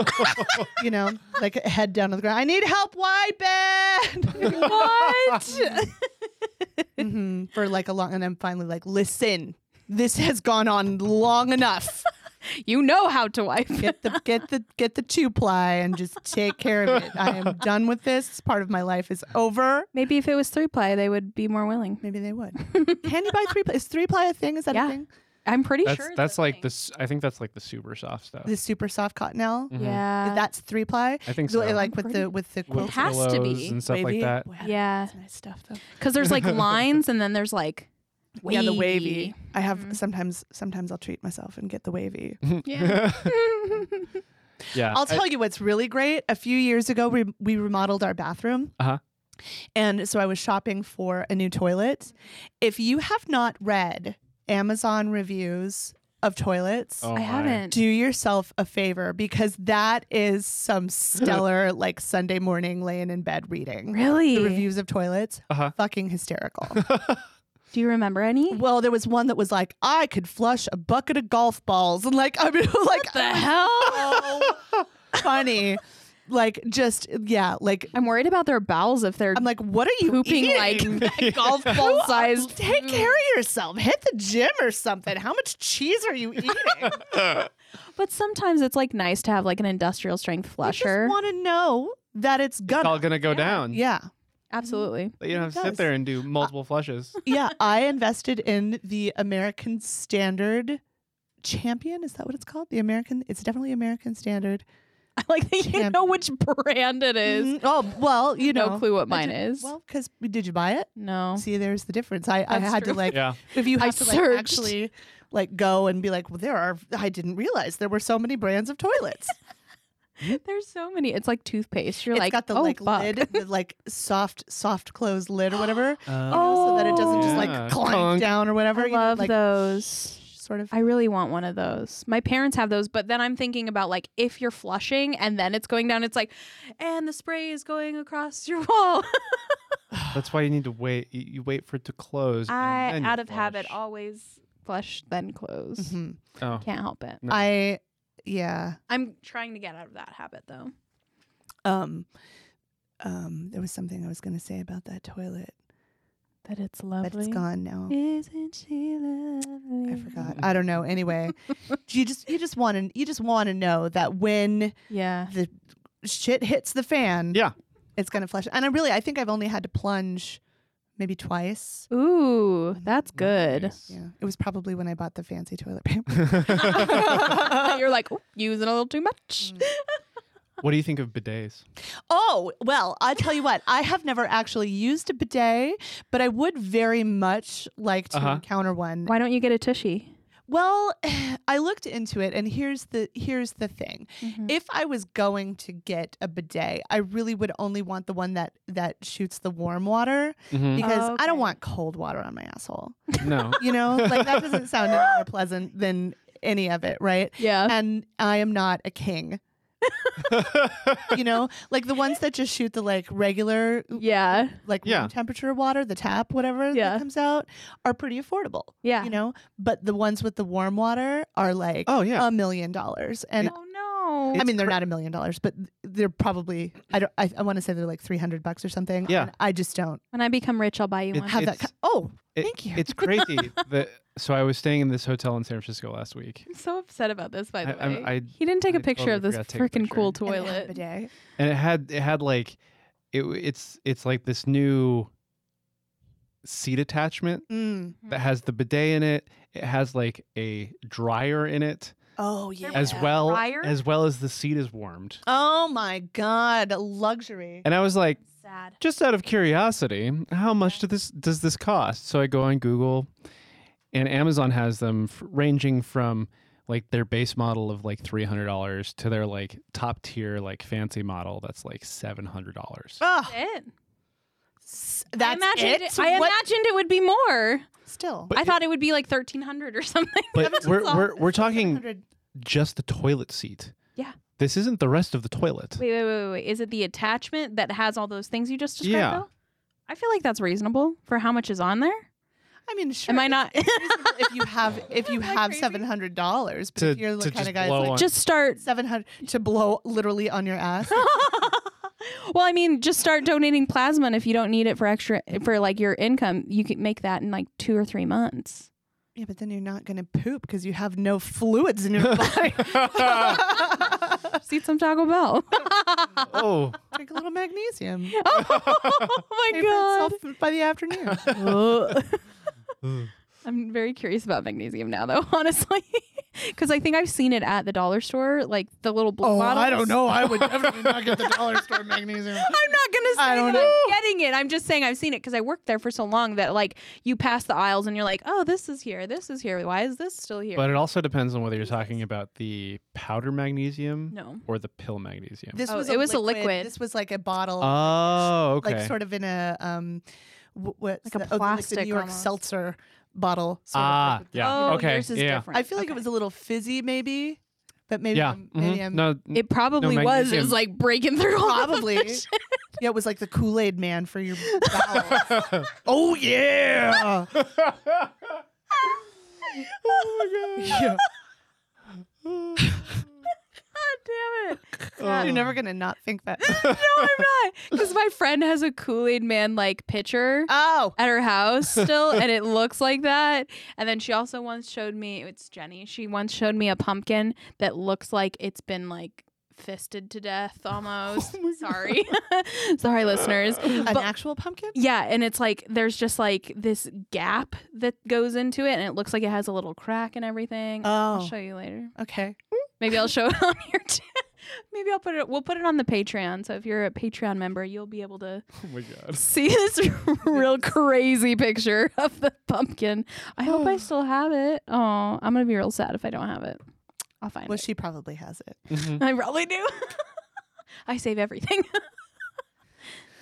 Speaker 3: you know like head down on the ground i need help wiping
Speaker 1: What?
Speaker 3: hmm for like a long and i'm finally like listen this has gone on long enough
Speaker 1: you know how to wipe.
Speaker 3: get the get the get the two ply and just take care of it i am done with this This part of my life is over
Speaker 1: Maybe if it was three ply, they would be more willing.
Speaker 3: maybe they would can you buy three ply is three ply a thing is that
Speaker 1: Yeah.
Speaker 3: a thing
Speaker 1: I'm pretty
Speaker 2: that's
Speaker 1: sure. it's
Speaker 2: that's
Speaker 1: a
Speaker 2: like
Speaker 1: thing.
Speaker 2: the s- I think that's like the super soft stuff.
Speaker 3: the super soft cottonelle
Speaker 2: Mhm.
Speaker 1: Yeah.
Speaker 3: that's three ply
Speaker 2: I think so.
Speaker 3: So, like with
Speaker 1: Pretty-
Speaker 3: the with the
Speaker 2: With
Speaker 1: It has to
Speaker 2: pillows
Speaker 1: be.
Speaker 2: and stuff
Speaker 3: wavy-
Speaker 2: like that.
Speaker 3: wow,
Speaker 1: Yeah.
Speaker 3: that's nice stuff though
Speaker 1: Because there's like lines and then there's like wavy.
Speaker 3: yeah the wavy Mm-hmm. i have
Speaker 1: Mhm.
Speaker 3: sometimes sometimes i'll treat myself and get the wavy
Speaker 1: Yeah.
Speaker 2: yeah.
Speaker 3: I'll tell you what's really great. A few years ago, we, we remodeled our bathroom.
Speaker 2: Uh-huh.
Speaker 3: And so I was shopping for a new toilet. If you have not read Amazon reviews of toilets,
Speaker 2: Oh
Speaker 1: I
Speaker 2: my.
Speaker 1: haven't.
Speaker 3: do yourself a favor because that is some stellar, like Sunday morning laying in bed reading.
Speaker 1: really?
Speaker 3: The reviews of toilets,
Speaker 2: Uh-huh.
Speaker 3: fucking hysterical.
Speaker 1: Do you remember any?
Speaker 3: well, there was one that was like, I could flush a bucket of golf balls. And like, I mean, like,
Speaker 1: the hell?
Speaker 3: funny. Like just yeah, like
Speaker 1: I'm worried about their bowels if they're
Speaker 3: I'm like, what are you
Speaker 1: pooping
Speaker 3: eating?
Speaker 1: like golf ball sized.
Speaker 3: Take care of yourself. Hit the gym or something. How much cheese are you eating? I
Speaker 1: But sometimes it's like nice to have like an industrial strength
Speaker 3: just
Speaker 1: flusher.
Speaker 3: want to know that it's
Speaker 2: It's
Speaker 3: gonna.
Speaker 2: all gonna go down.
Speaker 3: yeah,
Speaker 1: Absolutely.
Speaker 2: You don't have to sit
Speaker 3: It does. Uh,
Speaker 2: there and do multiple flushes.
Speaker 3: yeah. I invested in the American Standard Champion. Is that what it's called? The American. It's definitely American Standard
Speaker 1: I like that you
Speaker 3: Champ-
Speaker 1: know which brand it is.
Speaker 3: Mm, Oh well, you know.
Speaker 1: Mm-hmm. no clue what
Speaker 3: I
Speaker 1: mine
Speaker 3: did-
Speaker 1: is.
Speaker 3: Well, because did you buy it?
Speaker 1: no.
Speaker 3: See, there's the difference. I, I
Speaker 1: That's
Speaker 3: had
Speaker 1: true.
Speaker 3: to like
Speaker 2: Yeah.
Speaker 3: if you
Speaker 1: I
Speaker 3: have to like
Speaker 1: searched.
Speaker 3: actually like go and be like, well, there are. I didn't realize there were so many brands of toilets.
Speaker 1: There's so many. It's like toothpaste. You're
Speaker 3: It's
Speaker 1: like,
Speaker 3: got the
Speaker 1: oh,
Speaker 3: like
Speaker 1: fuck.
Speaker 3: lid, the like soft soft close lid or whatever,
Speaker 2: Uh,
Speaker 1: Oh.
Speaker 3: so that it doesn't just like
Speaker 2: Yeah.
Speaker 3: clunk
Speaker 2: Clunk.
Speaker 3: down or whatever.
Speaker 1: I
Speaker 3: you know,
Speaker 1: love
Speaker 3: like,
Speaker 1: those.
Speaker 3: Sort of.
Speaker 1: I really want one of those. My parents have those, but then I'm thinking about like if you're flushing and then it's going down, it's like, and the spray is going across your wall.
Speaker 2: That's why you need to wait. You you wait for it to close. and
Speaker 1: Uh, I,
Speaker 2: then you
Speaker 1: out of habit,
Speaker 2: flush.
Speaker 1: always flush then close.
Speaker 3: Mhm.
Speaker 2: Oh.
Speaker 1: Can't help it.
Speaker 2: No.
Speaker 3: I yeah.
Speaker 1: I'm trying to get out of that habit though.
Speaker 3: Um, um, there was something I was going to say about that toilet,
Speaker 1: That it's
Speaker 3: but it's gone now.
Speaker 1: Isn't she lovely?
Speaker 3: I forgot. I don't know. Anyway, you just you just want to you just want to know that when
Speaker 1: Yeah.
Speaker 3: the shit hits the fan,
Speaker 2: Yeah.
Speaker 3: it's going to flush. And I really, I think I've only had to plunge maybe twice.
Speaker 1: Ooh, that's good.
Speaker 2: Nice.
Speaker 3: Yeah, it was probably when I bought the fancy toilet paper.
Speaker 1: You're like "Oop, using a little too much.
Speaker 2: What do you think of bidets?
Speaker 3: Oh, well, I tell you what, I have never actually used a bidet, but I would very much like to
Speaker 2: Uh-huh.
Speaker 3: encounter one.
Speaker 1: Why don't you get a tushy?
Speaker 3: Well, I looked into it and here's the here's the thing.
Speaker 1: Mm.
Speaker 2: Mm-hmm.
Speaker 3: If I was going to get a bidet, I really would only want the one that that shoots the warm water
Speaker 2: Mhm.
Speaker 3: because I
Speaker 1: Mm.
Speaker 3: don't
Speaker 1: Oh, Okay.
Speaker 3: want cold water on my asshole.
Speaker 2: No.
Speaker 3: You know, like that doesn't sound any more pleasant than any of it, right?
Speaker 1: Yeah.
Speaker 2: Uh,
Speaker 3: And I am not a king. you know, like the ones that just shoot the like regular
Speaker 1: Yeah.
Speaker 3: like room
Speaker 2: Yeah.
Speaker 3: temperature water, the tap, whatever
Speaker 1: Yeah.
Speaker 3: that comes out, are pretty affordable.
Speaker 1: Yeah.
Speaker 3: You know, but the ones with the warm water are like
Speaker 2: Oh, yeah.
Speaker 3: a million dollars, and
Speaker 1: oh
Speaker 3: I
Speaker 1: no.
Speaker 2: It's
Speaker 3: mean they're
Speaker 2: cra-
Speaker 3: not a million dollars, but they're probably I don't I, I want to say they're like three hundred bucks or something.
Speaker 2: Yeah.
Speaker 3: and I just don't
Speaker 1: When I become rich, I'll buy you
Speaker 2: It-
Speaker 1: one.
Speaker 3: have that.
Speaker 2: It's-
Speaker 3: ki- oh,
Speaker 2: It-
Speaker 3: Thank you.
Speaker 2: It's crazy that. So I was staying in this hotel in San Francisco last week,
Speaker 1: I'm so upset about this, by
Speaker 2: I-
Speaker 1: the
Speaker 2: I'm-
Speaker 1: way.
Speaker 2: I-
Speaker 1: he didn't take a
Speaker 2: I
Speaker 1: picture
Speaker 2: totally
Speaker 1: of this
Speaker 2: forgot to take a
Speaker 1: freaking cool
Speaker 3: and it had a
Speaker 1: toilet.
Speaker 3: bidet.
Speaker 2: and it had it had like, it it's it's like this new seat attachment
Speaker 3: Mm.
Speaker 1: Mm-hmm.
Speaker 2: that has the bidet in it. It has like a dryer in it
Speaker 3: Oh yeah.
Speaker 2: as
Speaker 1: Yeah.
Speaker 2: well
Speaker 1: Dryer?
Speaker 2: as well as the seat is warmed.
Speaker 3: Oh my God, luxury.
Speaker 2: And I was like,
Speaker 1: Sad.
Speaker 2: just out of curiosity, how much do this does this cost? So I go on Google, and Amazon has them f- ranging from like their base model of like three hundred dollars to their like top tier like fancy model that's like seven hundred dollars.
Speaker 3: Oh,
Speaker 1: It.
Speaker 3: s-
Speaker 1: I
Speaker 3: that's
Speaker 1: imagined
Speaker 3: it.
Speaker 1: it. I
Speaker 3: What-
Speaker 1: imagined it would be more.
Speaker 3: still.
Speaker 2: But
Speaker 1: I
Speaker 2: it-
Speaker 1: thought it would be like thirteen hundred or something.
Speaker 2: But we're
Speaker 1: dollars.
Speaker 2: we're we're talking
Speaker 3: 700
Speaker 2: just the toilet seat.
Speaker 1: Yeah.
Speaker 2: This isn't the rest of the toilet.
Speaker 1: Wait, wait, wait, wait, wait. Is it the attachment that has all those things you just described?
Speaker 2: Yeah.
Speaker 1: Though? I feel like that's reasonable for how much is on there.
Speaker 3: I mean, sure.
Speaker 1: Am I not?
Speaker 3: reasonable if you have if you
Speaker 1: Am I
Speaker 3: have
Speaker 1: crazy?
Speaker 3: seven hundred dollars, but
Speaker 2: To-
Speaker 3: if you're
Speaker 2: to
Speaker 3: the kind
Speaker 2: just
Speaker 3: of guy
Speaker 2: blow
Speaker 3: that's like
Speaker 2: on-
Speaker 1: just start.
Speaker 3: seven hundred to blow literally on your ass.
Speaker 1: well, I mean, just start donating plasma, and if you don't need it for extra for like your income, you can make that in like two or three months.
Speaker 3: yeah, but then you're not gonna poop because you have no fluids in your body.
Speaker 1: Just eat some Taco Bell.
Speaker 2: oh,
Speaker 3: Drink a little magnesium.
Speaker 1: oh
Speaker 3: Pay
Speaker 1: my
Speaker 3: for
Speaker 1: god!
Speaker 3: itself by the afternoon.
Speaker 2: Ugh.
Speaker 1: I'm very curious about magnesium now, though, honestly, because I think I've seen it at the dollar store, like the little blue bottles.
Speaker 3: know. Oh, I would definitely not get the dollar store magnesium.
Speaker 1: I'm not gonna say
Speaker 3: I don't
Speaker 1: that
Speaker 3: know.
Speaker 1: I'm getting it. I'm just saying I've seen it because I worked there for so long that like you pass the aisles and you're like, oh, this is here, this is here. Why is this still here?
Speaker 2: but it also depends on whether you're talking about the powder magnesium
Speaker 1: no.
Speaker 2: or the pill magnesium.
Speaker 3: This
Speaker 1: Oh,
Speaker 3: was
Speaker 1: it was a liquid.
Speaker 3: This was like a bottle,
Speaker 2: oh, okay.
Speaker 3: like sort of in a um, wh- what's
Speaker 1: Like a
Speaker 3: the, oh, the- like the
Speaker 1: plastic
Speaker 3: New York
Speaker 1: almost.
Speaker 3: seltzer bottle. Sort of
Speaker 2: ah,
Speaker 3: like with the-
Speaker 2: yeah.
Speaker 1: Oh,
Speaker 2: okay.
Speaker 1: yours is
Speaker 2: yeah.
Speaker 1: different.
Speaker 3: I feel like
Speaker 1: Okay.
Speaker 3: it was a little fizzy, maybe, but maybe
Speaker 2: yeah.
Speaker 3: I'm, maybe
Speaker 2: mhm.
Speaker 3: I'm
Speaker 2: no. n-
Speaker 1: It probably
Speaker 2: No,
Speaker 1: was. It
Speaker 2: magnesium.
Speaker 1: was like breaking through all of
Speaker 3: probably. yeah, it was like the Kool Aid Man for your bowel.
Speaker 2: oh yeah.
Speaker 3: Uh,
Speaker 2: oh my god.
Speaker 3: yeah.
Speaker 1: God damn it.
Speaker 2: Oh,
Speaker 3: You're never gonna not think that.
Speaker 1: No, I'm not. Because my friend has a Kool Aid Man like picture.
Speaker 3: Oh,
Speaker 1: at her house still and it looks like that and then she also once showed me it's jenny she once showed me a pumpkin that looks like it's been like fisted to death
Speaker 3: Oh
Speaker 1: almost sorry sorry listeners
Speaker 3: an
Speaker 1: But-
Speaker 3: actual pumpkin?
Speaker 1: yeah and it's like there's just like this gap that goes into it and it looks like it has a little crack and everything i'll
Speaker 3: Oh.
Speaker 1: show you later
Speaker 3: Okay.
Speaker 1: maybe i'll show it on here too Maybe I'll put it. We'll put it on the Patreon. So if you're a Patreon member, you'll be able to
Speaker 2: Oh my god.
Speaker 1: see this real crazy picture of the pumpkin. I hope I still have it. Oh, I'm gonna be real sad if I don't have it. I'll find
Speaker 3: Well,
Speaker 1: it.
Speaker 3: she probably has it.
Speaker 2: Mhm.
Speaker 1: I probably do. I save everything.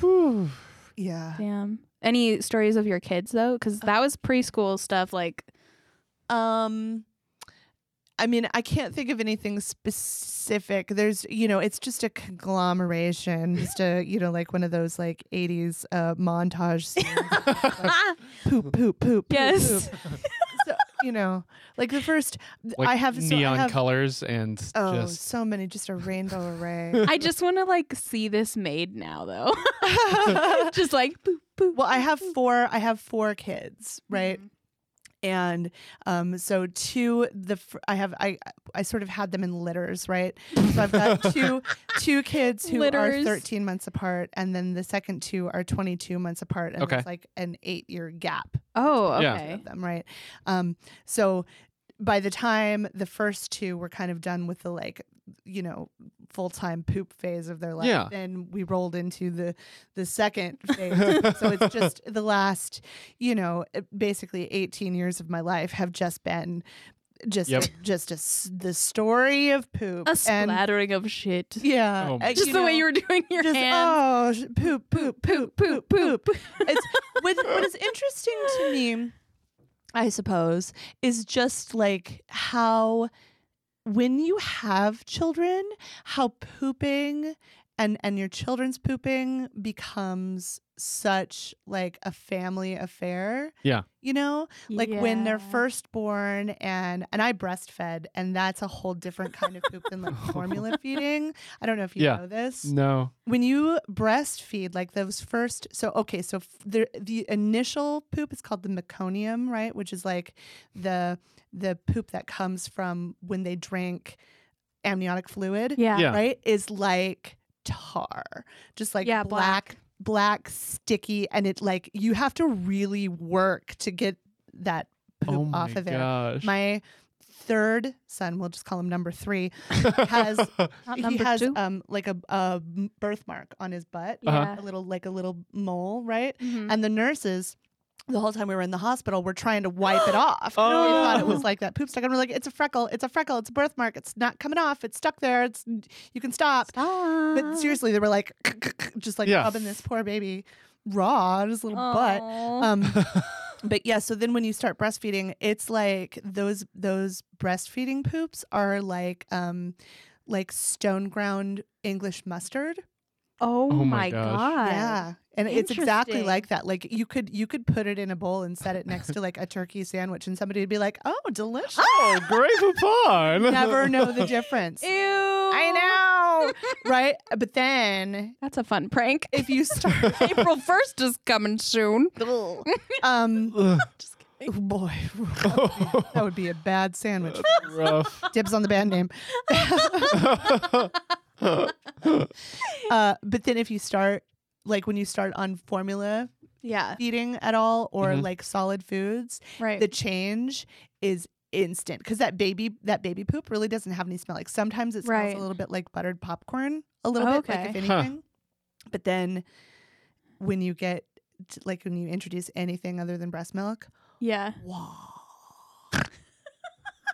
Speaker 2: Whew.
Speaker 3: Yeah.
Speaker 1: Damn. Any stories of your kids though?
Speaker 3: Uh,
Speaker 1: Because that was preschool stuff. Like,
Speaker 3: Um I mean, I can't think of anything specific. There's, you know, it's just a conglomeration, just a, you know, like one of those like 80s uh, montage scenes. poop, poop, poop, poop,
Speaker 1: yes.
Speaker 3: poop. So, you know, like the first,
Speaker 2: Like
Speaker 3: I have so I
Speaker 2: neon
Speaker 3: have-
Speaker 2: colors and
Speaker 3: Oh,
Speaker 2: just
Speaker 3: so many, just a rainbow array.
Speaker 1: I just want to like see this made now though. just like boop boop. Mm.
Speaker 3: well, I have four, I have four kids, right? and um, so two the fr- I have I I sort of had them in litters, right? So I've got two two kids who
Speaker 1: Litters.
Speaker 3: are 13 months apart, and then the second two are 22 months apart, and
Speaker 2: Okay.
Speaker 3: it's like an eight year gap
Speaker 1: Oh,
Speaker 2: Yeah.
Speaker 1: okay.
Speaker 3: of them, right? Um, so by the time the first two were kind of done with the like you know full time poop phase of their life,
Speaker 2: Yeah.
Speaker 3: then we rolled into the the second phase. so it's just the last you know eh, basically 18 years of my life have just been just
Speaker 2: Yep.
Speaker 3: just a s the story of poop
Speaker 1: A
Speaker 3: and
Speaker 1: splattering of shit.
Speaker 3: yeah
Speaker 2: Oh my
Speaker 3: uh,
Speaker 1: Just the way you were doing your
Speaker 3: just,
Speaker 1: hands.
Speaker 3: Oh, sh- poop, poop, poop, poop, poop. it's what, what is interesting to me, I suppose, is just like how when you have children, how pooping and and your children's pooping becomes such like a family affair.
Speaker 2: Yeah.
Speaker 3: You know? like when they're
Speaker 1: Yeah.
Speaker 3: first born and and I breastfed and that's a whole different kind of poop than like formula feeding. I don't know if you
Speaker 2: Yeah.
Speaker 3: know this
Speaker 2: no.
Speaker 3: when you breastfeed like those first so okay so f- the the initial poop is called the meconium right which is like the the poop that comes from when they drink amniotic fluid
Speaker 1: Yeah.
Speaker 2: Yeah.
Speaker 3: right is like tar just like
Speaker 1: Yeah,
Speaker 3: black black sticky and it like you have to really work to get that poop
Speaker 2: Oh my
Speaker 3: off of there
Speaker 2: gosh.
Speaker 3: my third son we'll just call him number 3
Speaker 2: Oh,
Speaker 3: has
Speaker 1: Not
Speaker 3: he
Speaker 1: number
Speaker 3: has
Speaker 1: two.
Speaker 3: um like a, a m- birthmark on his butt
Speaker 2: uh-huh.
Speaker 3: a little like a little mole right
Speaker 1: Mhm.
Speaker 3: and the nurses the whole time we were in the hospital were trying to wipe it off And we thought it was
Speaker 2: Oh.
Speaker 3: like that poop stuck and we're like it's a freckle it's a freckle it's a birthmark it's not coming off it's stuck there it's you can stop but seriously they were like just like
Speaker 2: Yeah.
Speaker 3: rubbing this poor baby raw on his little butt
Speaker 1: Aw.
Speaker 3: um, but yeah, so then when you start breastfeeding, it's like those those breastfeeding poops are like um like stone ground English mustard.
Speaker 1: oh,
Speaker 2: Oh my
Speaker 1: my
Speaker 2: gosh.
Speaker 1: god.
Speaker 3: Yeah. And it's exactly
Speaker 1: Interesting.
Speaker 3: like that. Like you could you could put it in a bowl and set it next to like a turkey sandwich and somebody would be like, "Oh, delicious."
Speaker 2: oh, grave upon.
Speaker 3: Never know the difference.
Speaker 1: Ew.
Speaker 3: I know. right? But then
Speaker 1: That's a fun prank.
Speaker 3: if you start
Speaker 1: April 1st is coming soon.
Speaker 3: um
Speaker 2: Ugh.
Speaker 3: oh boy,
Speaker 2: Oh,
Speaker 3: that would be a bad sandwich.
Speaker 2: rough.
Speaker 3: Dibs on the band name.
Speaker 2: Oh,
Speaker 3: Uh, but then if you start like when you start on formula
Speaker 1: Yeah.
Speaker 3: feeding at all or
Speaker 1: Mm-hmm.
Speaker 2: Mhm.
Speaker 3: like solid foods,
Speaker 1: Right.
Speaker 3: the change is instant because that baby that baby poop really doesn't have any smell. Like sometimes it smells
Speaker 1: Right.
Speaker 3: a little bit like buttered popcorn, a little bit, like if
Speaker 1: Okay.
Speaker 2: Huh.
Speaker 3: anything. But then when you get t- like when you introduce anything other than breast milk,
Speaker 1: yeah.
Speaker 3: wow.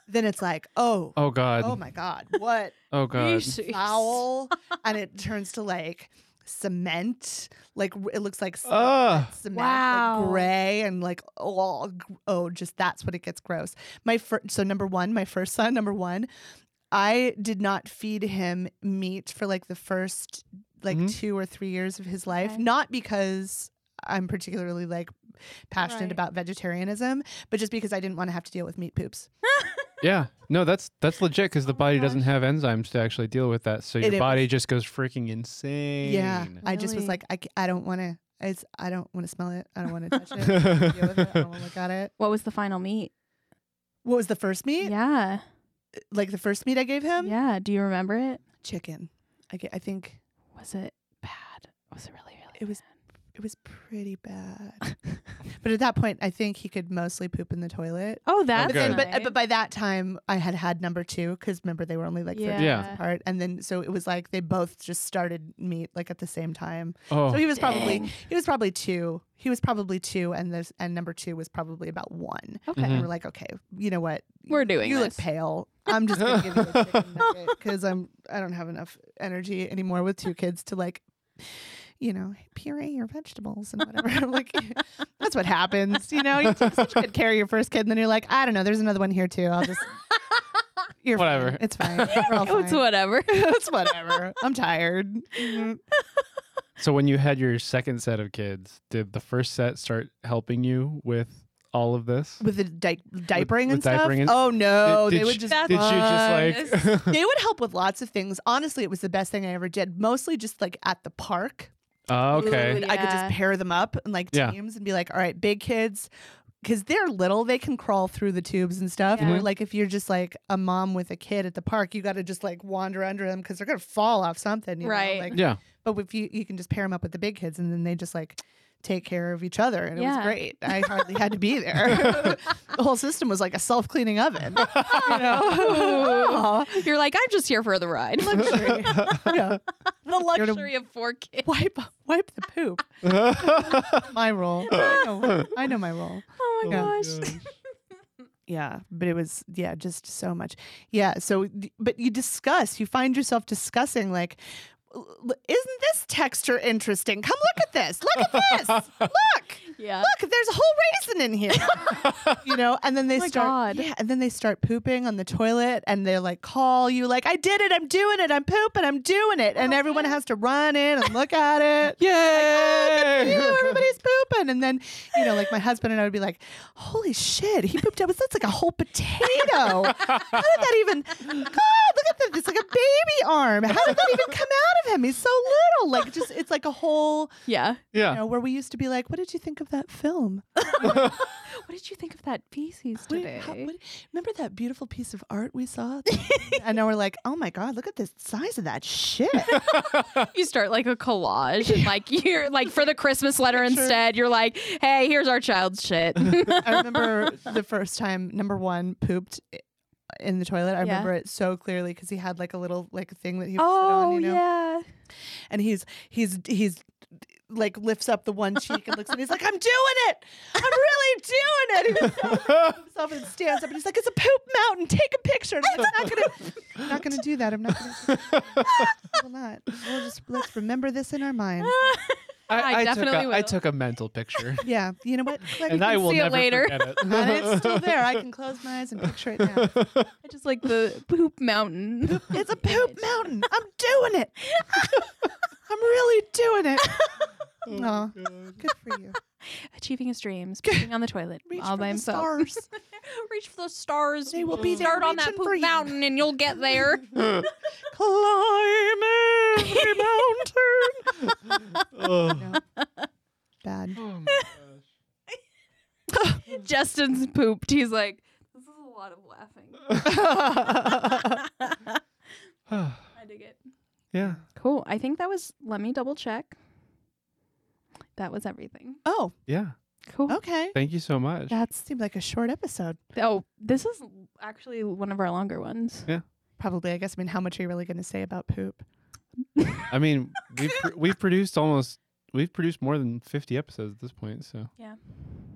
Speaker 3: then it's like, oh,
Speaker 2: oh god.
Speaker 3: oh my god, what
Speaker 2: Oh god.
Speaker 1: Yeesh.
Speaker 3: foul and it turns to like cement like r- it looks like cement,
Speaker 2: Ah.
Speaker 3: cement
Speaker 1: Wow.
Speaker 3: like gray and like oh gr- oh just that's when it gets gross my first so number one my first son number one i did not feed him meat for like the first like
Speaker 2: Mhm.
Speaker 3: two or three years of his life
Speaker 1: Okay.
Speaker 3: not because i'm particularly like passionate
Speaker 1: Right.
Speaker 3: about vegetarianism but just because i didn't want to have to deal with meat poops
Speaker 2: Yeah. No, that's that's legit because the
Speaker 1: my
Speaker 2: body doesn't
Speaker 1: gosh.
Speaker 2: have enzymes to actually deal with that, so your
Speaker 3: Oh it
Speaker 2: body just goes freaking insane.
Speaker 3: Yeah, I just was
Speaker 1: Really?
Speaker 3: like, I, c- I don't want to. It's I don't want to smell it. I don't want to touch it. I don't wanna deal with it. I don't want to look at it.
Speaker 1: What was the final meet?
Speaker 3: What was the first meat? Um,
Speaker 1: Yeah.
Speaker 3: Like the first meat I gave him?
Speaker 1: Yeah. Do you remember it?
Speaker 3: Chicken. I, ge- I think
Speaker 1: Was it bad? Was it really, really
Speaker 3: It was-
Speaker 1: bad?
Speaker 3: it was pretty bad. But at that point, I think he could mostly poop in the toilet.
Speaker 1: Oh, that's
Speaker 2: Okay.
Speaker 3: But, uh,
Speaker 1: nice.
Speaker 3: but by that time, I had had number two because remember they were only like
Speaker 1: yeah.
Speaker 3: 30
Speaker 2: Yeah.
Speaker 3: apart, and then so it was like they both just started meet like at the same time.
Speaker 2: Oh,
Speaker 3: so he was
Speaker 1: dang.
Speaker 3: probably he was probably two. He was probably two, and this and number two was probably about one.
Speaker 1: Okay.
Speaker 2: Mhm.
Speaker 3: And we're like, okay, you know what?
Speaker 1: We're doing
Speaker 3: You
Speaker 1: this.
Speaker 3: look pale. I'm just gonna give you a chicken nugget because I'm I don't have enough energy anymore with two kids to like, you know, puree your vegetables and whatever. I'm like that's what happens. You know, you take such good care of your first kid, and then you're like, I don't know, there's another one here too. I'll just you're fine.
Speaker 2: Whatever.
Speaker 3: It's fine. We're all
Speaker 1: Oh, it's
Speaker 3: fine.
Speaker 1: whatever.
Speaker 3: it's whatever. I'm tired.
Speaker 1: Mm-hmm.
Speaker 3: Mhm.
Speaker 2: So when you had your second set of kids, did the first set start helping you with all of this?
Speaker 3: With the di- diapering and
Speaker 2: with
Speaker 3: stuff.
Speaker 2: diapering and-
Speaker 3: oh no,
Speaker 2: Did-
Speaker 3: they
Speaker 2: did
Speaker 3: would
Speaker 2: you-
Speaker 3: just
Speaker 1: That's
Speaker 2: Did you just
Speaker 1: Yes.
Speaker 2: like?
Speaker 3: they would help with lots of things. Honestly, it was the best thing I ever did. Mostly just like at the park.
Speaker 2: oh, okay.
Speaker 1: Ooh,
Speaker 3: I could
Speaker 1: yeah.
Speaker 3: just pair them up and like
Speaker 2: Yeah.
Speaker 3: teams and be like, all right, big kids. Because they're little, they can crawl through the tubes and stuff.
Speaker 1: Yeah.
Speaker 3: Where, like if you're just like a mom with a kid at the park, you got to just like wander under them because they're gonna fall off something, you know?
Speaker 1: Right.
Speaker 3: Like,
Speaker 2: Yeah.
Speaker 3: But if you you can just pair them up with the big kids and then they just like take care of each other and it
Speaker 1: Yeah.
Speaker 3: was great. I hardly had to be there. the whole system was like a self cleaning oven. You know,
Speaker 1: You're like, I'm just here for the ride.
Speaker 3: luxury. yeah.
Speaker 1: the
Speaker 3: to-
Speaker 1: luxury of four kids.
Speaker 3: Wipe wipe the poop. My role. I know, I know Oh my role.
Speaker 1: Oh my
Speaker 3: Yeah.
Speaker 1: gosh.
Speaker 3: Yeah, but it was yeah, just so much. Yeah, so d- but you discuss, you find yourself discussing like "L- l- isn't this texture interesting? Come look at this. Look at this. Look.
Speaker 1: Yeah.
Speaker 3: Look, there's a whole raisin in here. you know, and then they
Speaker 1: Oh my
Speaker 3: start
Speaker 1: God.
Speaker 3: Yeah, and then they start pooping on the toilet and they like call you like I did it. I'm doing it. I'm pooping. I'm doing it.
Speaker 1: Oh,
Speaker 3: And everyone has to run in and look at it.
Speaker 2: Yay!
Speaker 3: Ew, everybody's pooping. And then, you know, like my husband and I would be like, holy shit, he pooped out. That's like a whole potato. How did that even, God, look at that. It's like a baby arm. How did that even come out of him? He's so little. Like, just, it's like a whole,
Speaker 1: Yeah.
Speaker 3: you
Speaker 2: yeah.
Speaker 3: know, where we used to be like, what did you think of that film?
Speaker 1: What did you think of that feces
Speaker 3: What,
Speaker 1: today?
Speaker 3: how- what- remember that beautiful piece of art we saw? and now we're like, oh my God, look at the size of that shit.
Speaker 1: you start like a collage and like you're like for the Christmas letter
Speaker 3: Picture.
Speaker 1: instead, you're like, hey, here's our child's shit.
Speaker 3: I remember the first time number one pooped i- in the toilet. I
Speaker 1: Yeah.
Speaker 3: remember it so clearly because he had like a little like thing that he would sit on,
Speaker 1: oh
Speaker 3: you know.
Speaker 1: yeah.
Speaker 3: And he's he's he's like lifts up the one cheek and looks and he's like, I'm doing it. I'm really doing it. He was so proud of himself and stands up and he's like, It's a poop mountain. Take a picture. And I'm like, "I'm not gonna I'm not gonna do that. I'm not gonna do that. I will not. We'll just let's remember this in our minds.
Speaker 1: I definitely
Speaker 2: took a,
Speaker 1: will.
Speaker 2: I took a mental picture,
Speaker 3: Yeah. You know what? Glad you
Speaker 2: and I
Speaker 3: can
Speaker 2: will
Speaker 1: see it
Speaker 2: never
Speaker 1: later.
Speaker 2: forget it.
Speaker 3: And it's still there. I can close my eyes and picture it now.
Speaker 1: I just like the poop mountain.
Speaker 3: It's a poop mountain. I'm doing it. I'm really doing it.
Speaker 1: Oh,
Speaker 3: Aw, good for you.
Speaker 1: Achieving his dreams, pooping on the toilet
Speaker 3: Reach
Speaker 1: all
Speaker 3: for
Speaker 1: by
Speaker 3: the
Speaker 1: himself.
Speaker 3: stars.
Speaker 1: Reach for the stars.
Speaker 3: They will be there
Speaker 1: Start on that
Speaker 3: reaching for
Speaker 1: poop
Speaker 3: you.
Speaker 1: mountain and you'll get there.
Speaker 3: Climb every mountain.
Speaker 2: oh.
Speaker 3: Bad.
Speaker 1: Justin's pooped. He's like, this is a lot of laughing. I dig it.
Speaker 2: yeah.
Speaker 1: Cool. I think that was, let me double check. That was everything.
Speaker 3: Oh,
Speaker 2: Yeah.
Speaker 1: Cool.
Speaker 3: okay.
Speaker 2: Thank you so much.
Speaker 3: That seemed like a short episode.
Speaker 1: Oh, this is actually one of our longer ones.
Speaker 3: Probably, I guess. I mean, how much are you really going to say about poop?
Speaker 2: I mean, we've pr- we've produced almost we've produced more than fifty episodes at this point. So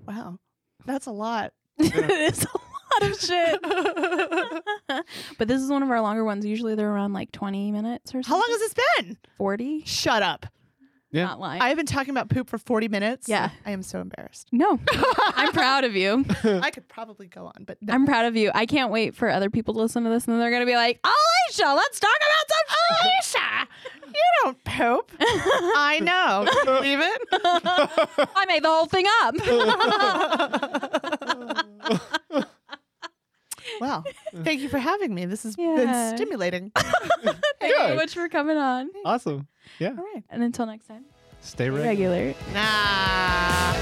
Speaker 3: Wow. That's a lot.
Speaker 1: it is a lot of shit. but this is one of our longer ones. Usually they're around like 20 minutes or something.
Speaker 3: How long has this been?
Speaker 1: 40?
Speaker 3: Shut up.
Speaker 2: Yeah.
Speaker 1: Not lying.
Speaker 3: I've been talking about poop for 40 minutes.
Speaker 1: Yeah.
Speaker 3: I am so embarrassed.
Speaker 1: no, I'm proud of you.
Speaker 3: I could probably go on, but no.
Speaker 1: I'm proud of you. I can't wait for other people to listen to this and then they're going to be like, Alicia, let's talk about some shit.
Speaker 3: Alicia, you don't poop. I know. Can you Believe it?
Speaker 1: I made the whole thing up.
Speaker 3: Well, thank you for having me. This has
Speaker 1: Yeah.
Speaker 3: been stimulating. All
Speaker 1: Thank you so
Speaker 2: Good.
Speaker 1: much for coming on.
Speaker 2: awesome. Yeah.
Speaker 3: right.
Speaker 1: And until next time,
Speaker 2: Stay ready.
Speaker 1: regular.
Speaker 3: Nah.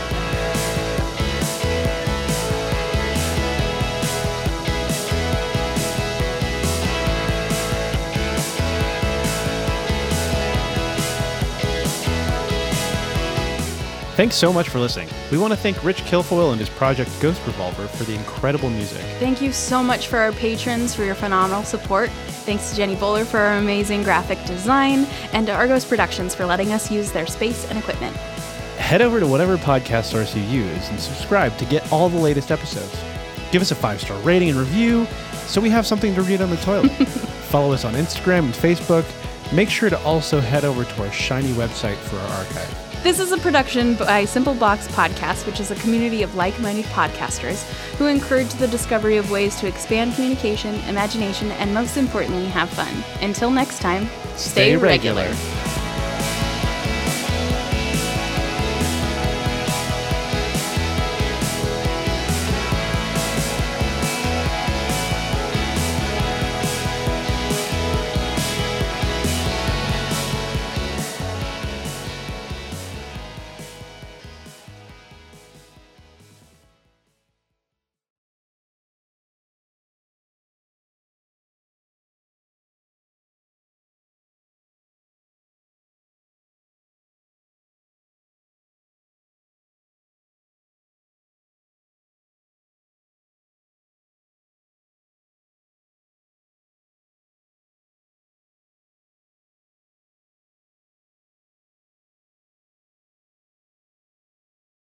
Speaker 2: Thanks so much for listening. We want to thank Rich Kilfoyle and his project Ghost Revolver for the incredible music.
Speaker 1: Thank you so much for our patrons for your phenomenal support. Thanks to Jenny Bowler for our amazing graphic design and to Argos Productions for letting us use their space and equipment.
Speaker 2: Head over to whatever podcast source you use and subscribe to get all the latest episodes. Give us a five star rating and review so we have something to read on the toilet. Follow us on Instagram and Facebook. Make sure to also head over to our shiny website for our archive.
Speaker 1: This is a production by Simple Box Podcast, which is a community of like minded podcasters who encourage the discovery of ways to expand communication, imagination, and most importantly, have fun. Until next time,
Speaker 2: Stay regular.